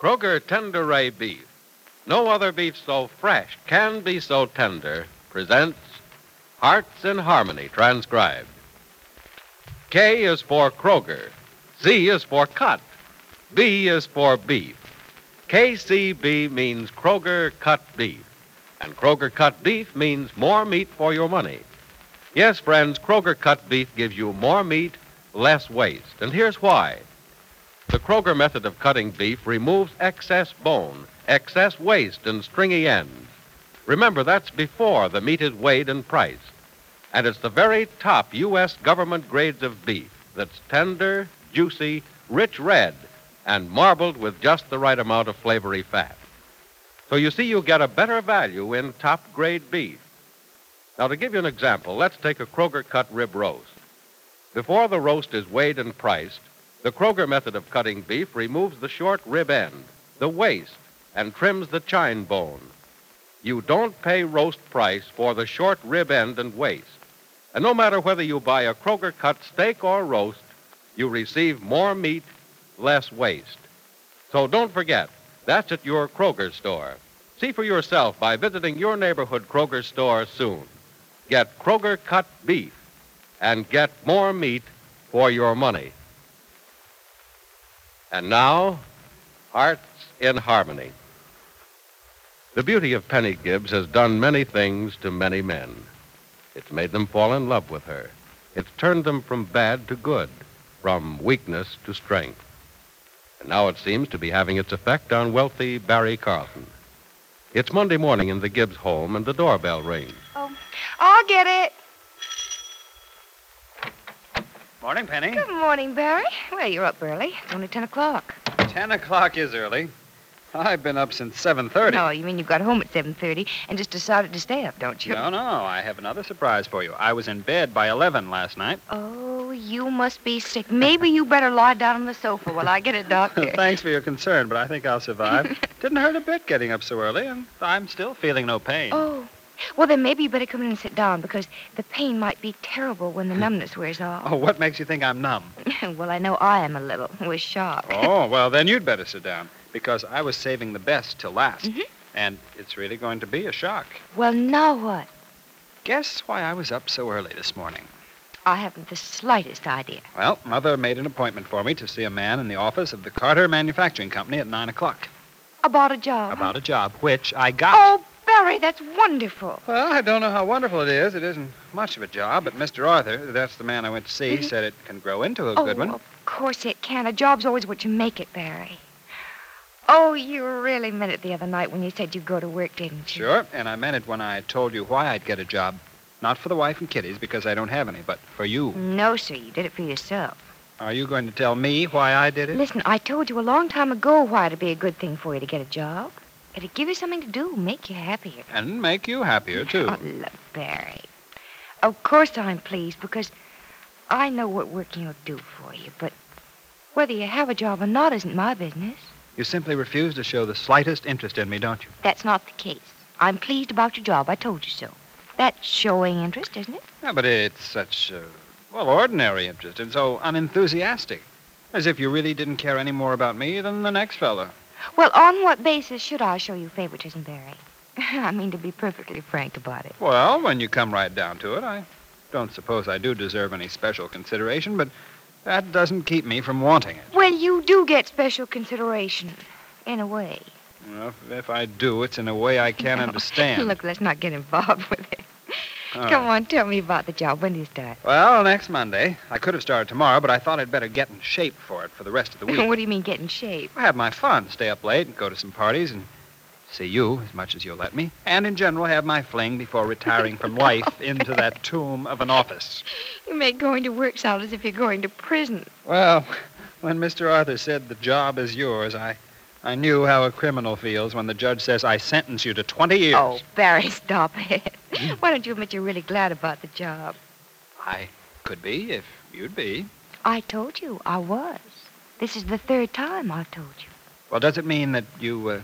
Kroger Tender Ray Beef. No other beef so fresh can be so tender. Presents Hearts in Harmony, transcribed. K is for Kroger. Z is for cut. B is for beef. KCB means Kroger cut beef. And Kroger cut beef means more meat for your money. Yes, friends, Kroger cut beef gives you more meat, less waste. And here's why. The Kroger method of cutting beef removes excess bone, excess waste, and stringy ends. Remember, that's before the meat is weighed and priced. And it's the very top U.S. government grades of beef that's tender, juicy, rich red, and marbled with just the right amount of flavory fat. So you see, you get a better value in top grade beef. Now, to give you an example, let's take a Kroger cut rib roast. Before the roast is weighed and priced, the Kroger method of cutting beef removes the short rib end, the waist, and trims the chine bone. You don't pay roast price for the short rib end and waist. And no matter whether you buy a Kroger cut steak or roast, you receive more meat, less waste. So don't forget, that's at your Kroger store. See for yourself by visiting your neighborhood Kroger store soon. Get Kroger cut beef and get more meat for your money. And now, Hearts in Harmony. The beauty of Penny Gibbs has done many things to many men. It's made them fall in love with her. It's turned them from bad to good, from weakness to strength. And now it seems to be having its effect on wealthy Barry Carlton. It's Monday morning in the Gibbs home, and the doorbell rings. Oh, I'll get it. Morning, Penny. Good morning, Barry. Well, you're up early. It's only 10 o'clock. Ten o'clock is early. I've been up since seven thirty. No, you mean you got home at 7.30 and just decided to stay up, don't you? no, no. I have another surprise for you. I was in bed by eleven last night. Oh, you must be sick. Maybe you better lie down on the sofa while I get a doctor. Thanks for your concern, but I think I'll survive. Didn't hurt a bit getting up so early, and I'm still feeling no pain. Oh, well, then maybe you better come in and sit down because the pain might be terrible when the numbness wears off. Oh, what makes you think I'm numb? well, I know I am a little. With shock. oh, well, then you'd better sit down because I was saving the best till last, Mm-hmm. and it's really going to be a shock. Well, now what? Guess why I was up so early this morning. I haven't the slightest idea. Well, Mother made an appointment for me to see a man in the office of the Carter Manufacturing Company at 9 o'clock About a job. about a job, which I got. Oh, Barry, that's wonderful. Well, I don't know how wonderful it is. It isn't much of a job, but Mr. Arthur, that's the man I went to see, said it can grow into a oh, good one. Of course it can. A job's always what you make it, Barry. Oh, you really meant it the other night when you said you'd go to work, didn't you? Sure, and I meant it when I told you why I'd get a job. Not for the wife and kiddies, because I don't have any, but for you. No, sir, you did it for yourself. Are you going to tell me why I did it? Listen, I told you a long time ago why it'd be a good thing for you to get a job. It'd give you something to do, make you happier. And make you happier, too. Oh, look, Barry. Of course I'm pleased because I know what working will do for you, but whether you have a job or not isn't my business. You simply refuse to show the slightest interest in me, don't you? That's not the case. I'm pleased about your job. I told you so. That's showing interest, isn't it? Yeah, Ah, but it's such, uh, well, ordinary interest and so unenthusiastic. As if you really didn't care any more about me than the next fellow. Well, on what basis should I show you favoritism, Barry? I mean, to be perfectly frank about it. Well, when you come right down to it, I don't suppose I do deserve any special consideration, but that doesn't keep me from wanting it. Well, you do get special consideration, in a way. Well, if, if I do, it's in a way I can't No. understand. Look, let's not get involved with it. All right. Come on, tell me about the job. When do you start? Well, next Monday. I could have started tomorrow, but I thought I'd better get in shape for it for the rest of the week. what do you mean, get in shape? I have my fun, stay up late and go to some parties and see you as much as you'll let me, and in general have my fling before retiring from life into that tomb of an office. You make going to work sound as if you're going to prison. Well, when Mr. Arthur said the job is yours, I, I knew how a criminal feels when the judge says, I sentence you to 20 years. Oh, Barry, stop it. Mm. Why don't you admit you're really glad about the job? I could be if you'd be. I told you I was. This is the third time I've told you. Well, does it mean that you, uh,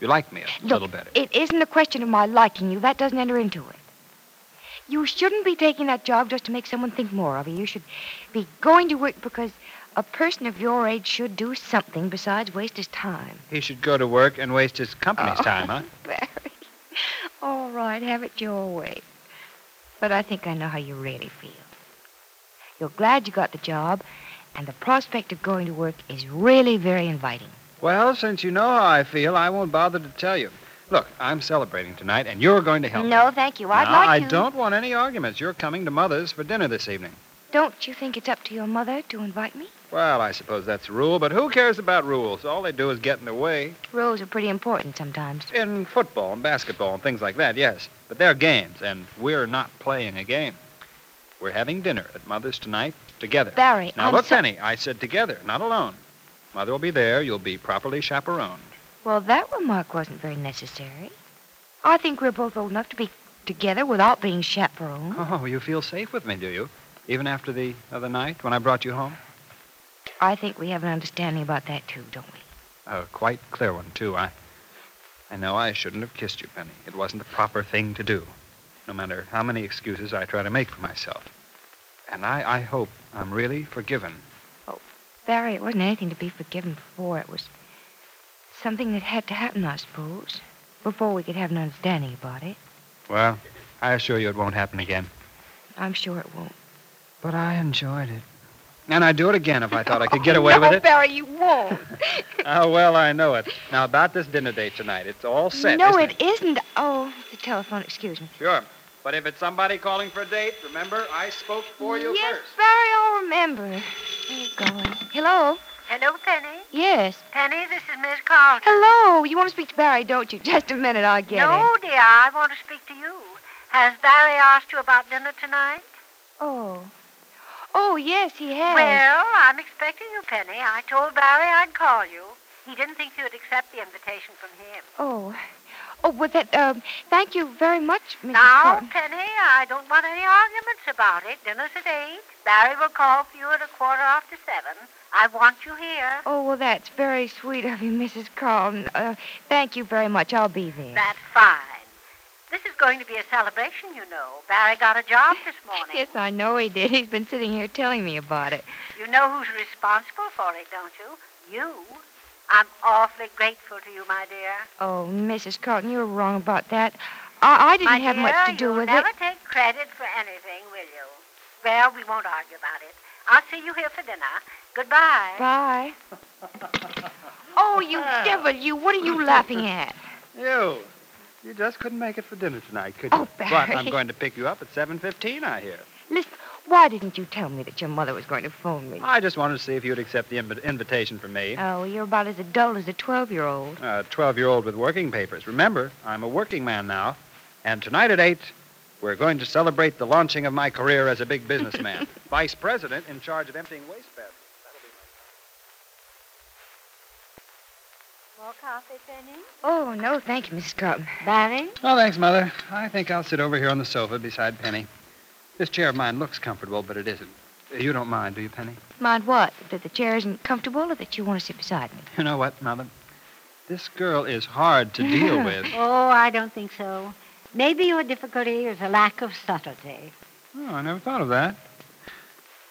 you like me a little Look, better? It isn't a question of my liking you. That doesn't enter into it. You shouldn't be taking that job just to make someone think more of you. You should be going to work because a person of your age should do something besides waste his time. He should go to work and waste his company's Oh. time, huh? Barry. All right, have it your way. But I think I know how you really feel. You're glad you got the job, and the prospect of going to work is really very inviting. Well, since you know how I feel, I won't bother to tell you. Look, I'm celebrating tonight, and you're going to help me. No, thank you. I'd No, like I to. don't want any arguments. You're coming to Mother's for dinner this evening. Don't you think it's up to your mother to invite me? Well, I suppose that's a rule, but who cares about rules? All they do is get in the way. Rules are pretty important sometimes. In football and basketball and things like that, yes. But they're games, and we're not playing a game. We're having dinner at Mother's tonight together. Barry, now, I'm look, so- Penny, I said together, not alone. Mother will be there. You'll be properly chaperoned. Well, that remark wasn't very necessary. I think we're both old enough to be together without being chaperoned. Oh, you feel safe with me, do you? Even after the other night when I brought you home? I think we have an understanding about that, too, don't we? A quite clear one, too. I, I know I shouldn't have kissed you, Penny. It wasn't the proper thing to do, no matter how many excuses I try to make for myself. And I, I hope I'm really forgiven. Barry, it wasn't anything to be forgiven for. It was something that had to happen, I suppose, before we could have an understanding about it. Well, I assure you it won't happen again. I'm sure it won't. But I enjoyed it. And I'd do it again if I thought I could get away no, with it. Barry, you won't. Oh, well, I know it. Now, about this dinner date tonight, it's all set. no, isn't it isn't. Oh, the telephone, excuse me. Sure. But if it's somebody calling for a date, remember, I spoke for you yes, first. Barry, I'll remember. Where you going? Hello? Hello, Penny. Yes. Penny, this is Miss Carlton. Hello. You want to speak to Barry, don't you? Just a minute, I'll get him. no, dear, I want to speak to you. Has Barry asked you about dinner tonight? Oh. Oh, yes, he has. Well, I'm expecting you, Penny. I told Barry I'd call you. He didn't think you'd accept the invitation from him. Oh. Oh, but that, um, thank you very much, Mrs. Now, Thornton. Penny, I don't want any arguments about it. Dinner's at eight. Barry will call for you at a quarter after seven. I want you here. Oh, well, that's very sweet of you, Mrs. Carlton. Uh, thank you very much. I'll be there. That's fine. This is going to be a celebration, you know. Barry got a job this morning. Yes, I know he did. He's been sitting here telling me about it. You know who's responsible for it, don't you? You. I'm awfully grateful to you, my dear. Oh, Mrs. Carlton, you were wrong about that. I, I didn't my have dear, much to do you'll with never it. take credit for anything, will you? Well, we won't argue about it. I'll see you here for dinner. Goodbye. Bye. Oh, you devil, you. What are you laughing at? You. You just couldn't make it for dinner tonight, could you? Oh, But Barry. I'm going to pick you up at 7.15, I hear. Listen, why didn't you tell me that your mother was going to phone me? I just wanted to see if you'd accept the inv- invitation from me. Oh, you're about as adult as a 12 year old. A 12-year-old with working papers. Remember, I'm a working man now. And tonight at 8, we're going to celebrate the launching of my career as a big businessman. Vice president in charge of emptying waste baskets. More coffee, Penny? Oh, no, thank you, Mrs. Carlton. Barry? Oh, thanks, Mother. I think I'll sit over here on the sofa beside Penny. This chair of mine looks comfortable, but it isn't. You don't mind, do you, Penny? Mind what? That the chair isn't comfortable or that you want to sit beside me? You know what, Mother? This girl is hard to deal with. Oh, I don't think so. Maybe your difficulty is a lack of subtlety. Oh, I never thought of that.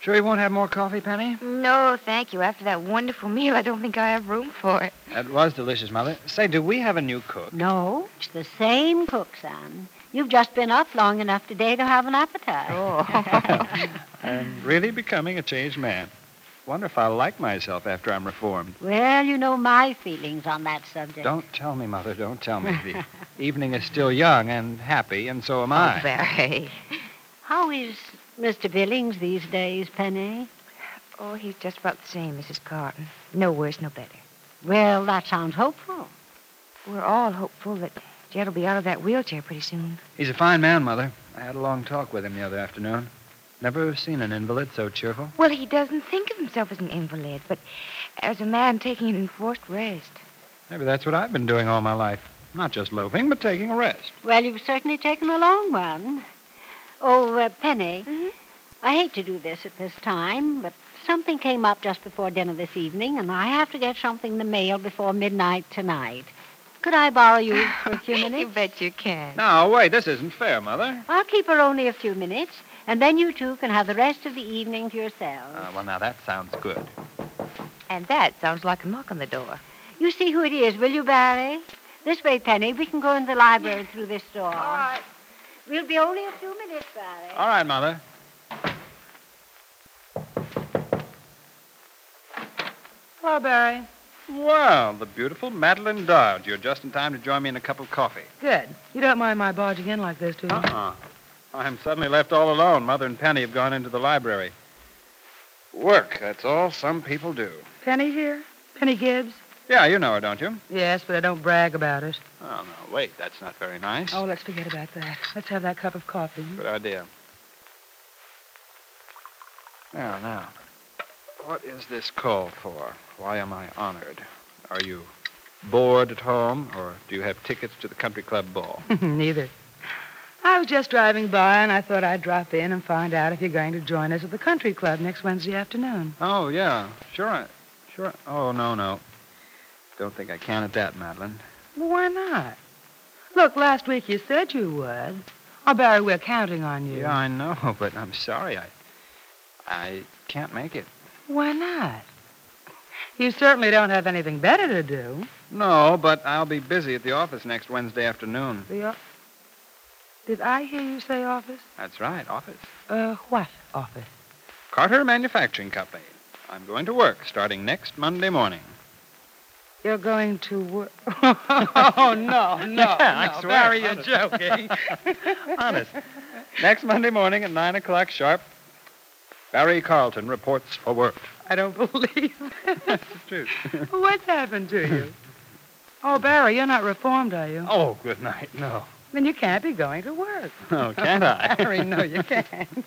Sure you won't have more coffee, Penny? No, thank you. After that wonderful meal, I don't think I have room for it. That was delicious, Mother. Say, do we have a new cook? No, it's the same cook, son. You've just been up long enough today to have an appetite. Oh. I'm really becoming a changed man. Wonder if I'll like myself after I'm reformed. Well, you know my feelings on that subject. Don't tell me, Mother, don't tell me. The evening is still young and happy, and so am I. Oh, Barry. How is Mr. Billings these days, Penny? Oh, he's just about the same, Mrs. Carton. No worse, no better. Well, that sounds hopeful. We're all hopeful that Jed will be out of that wheelchair pretty soon. He's a fine man, Mother. I had a long talk with him the other afternoon. Never seen an invalid so cheerful. Well, he doesn't think of himself as an invalid, but as a man taking an enforced rest. Maybe that's what I've been doing all my life. Not just loafing, but taking a rest. Well, you've certainly taken a long one. Oh, uh, Penny, Mhm. I hate to do this at this time, but something came up just before dinner this evening, and I have to get something in the mail before midnight tonight. Could I borrow you for a few You minutes? bet you can. No, wait, this isn't fair, Mother. I'll keep her only a few minutes, and then you two can have the rest of the evening to yourselves. Uh, well, now that sounds good. And that sounds like a knock on the door. you see who it is, will you, Barry? This way, Penny. We can go in the library through this door. All right. We'll be only a few minutes, Barry. All right, Mother. Hello, Barry. Well, the beautiful Madeline Dodge. You're just in time to join me in a cup of coffee. Good. You don't mind my barging in like this, do you? Uh-uh. I'm suddenly left all alone. Mother and Penny have gone into the library. Work, that's all some people do. Penny here? Penny Gibbs? Yeah, you know her, don't you? Yes, but I don't brag about it. Oh, no, wait, that's not very nice. Oh, let's forget about that. Let's have that cup of coffee. Good idea. Now, now, what is this call for? Why am I honored? Are you bored at home, or do you have tickets to the country club ball? Hmm, Neither. I was just driving by, and I thought I'd drop in and find out if you're going to join us at the country club next Wednesday afternoon. oh, yeah, sure, I, sure. I- oh, no, no. Don't think I can at that, Madeline. Well, why not? Look, last week you said you would. Oh, Barry, we're counting on you. Yeah, I know, but I'm sorry. I, I can't make it. Why not? You certainly don't have anything better to do. No, but I'll be busy at the office next Wednesday afternoon. The o- Did I hear you say office? That's right, office. Uh, what office? Carter Manufacturing Company. I'm going to work starting next Monday morning. You're going to work. oh, no, no. Yeah, I no. swear, Barry, you're honest. joking. Honest. next Monday morning at 9 o'clock sharp, Barry Carlton reports for work. I don't believe it. It's the truth. What's happened to you? Oh, Barry, you're not reformed, are you? oh, good night. No. Then you can't be going to work. No, can't I? Barry, no, you can't.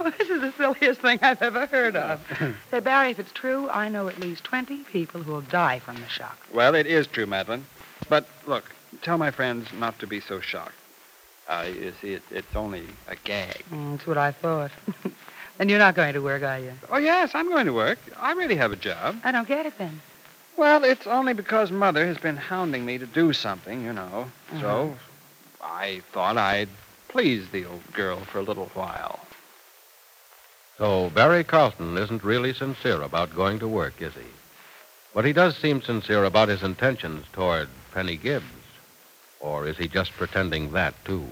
oh, this is the silliest thing I've ever heard of. Say, Barry, if it's true, I know at least 20 people who will die from the shock. Well, it is true, Madeline. But look, tell my friends not to be so shocked. Uh, you see, it, it's only a gag. Mm, that's what I thought. then you're not going to work, are you? Oh, yes, I'm going to work. I really have a job. I don't get it then. Well, it's only because Mother has been hounding me to do something, you know. Uh-huh. So I thought I'd please the old girl for a little while. So Barry Carlton isn't really sincere about going to work, is he? But he does seem sincere about his intentions toward Penny Gibbs. Or is he just pretending that, too?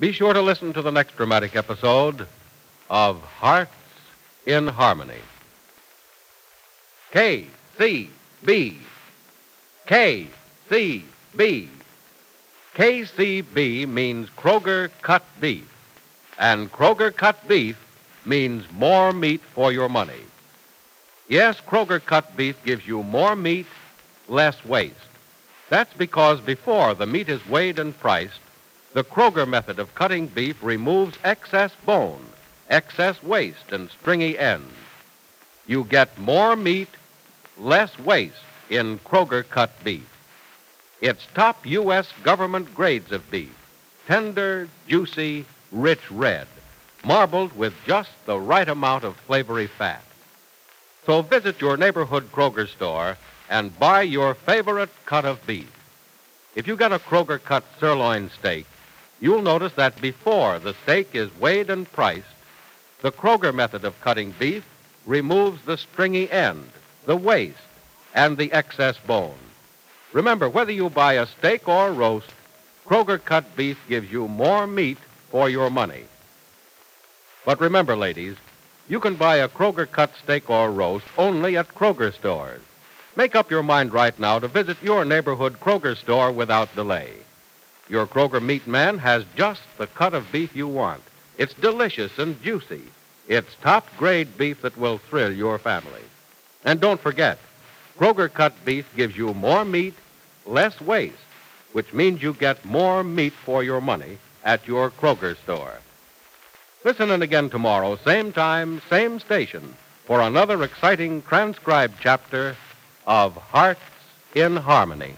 Be sure to listen to the next dramatic episode of Hearts in Harmony. KCB. KCB. KCB means Kroger cut beef. And Kroger cut beef means more meat for your money. Yes, Kroger cut beef gives you more meat, less waste. That's because before the meat is weighed and priced, the Kroger method of cutting beef removes excess bone, excess waste, and stringy ends. You get more meat, less waste in Kroger cut beef. It's top U.S. government grades of beef tender, juicy, rich red marbled with just the right amount of flavory fat. So visit your neighborhood Kroger store and buy your favorite cut of beef. If you get a Kroger cut sirloin steak, you'll notice that before the steak is weighed and priced, the Kroger method of cutting beef removes the stringy end, the waste, and the excess bone. Remember, whether you buy a steak or roast, Kroger cut beef gives you more meat for your money. But remember, ladies, you can buy a Kroger cut steak or roast only at Kroger stores. Make up your mind right now to visit your neighborhood Kroger store without delay. Your Kroger meat man has just the cut of beef you want. It's delicious and juicy. It's top grade beef that will thrill your family. And don't forget, Kroger cut beef gives you more meat, less waste, which means you get more meat for your money at your Kroger store. Listen in again tomorrow, same time, same station, for another exciting transcribed chapter of Hearts in Harmony.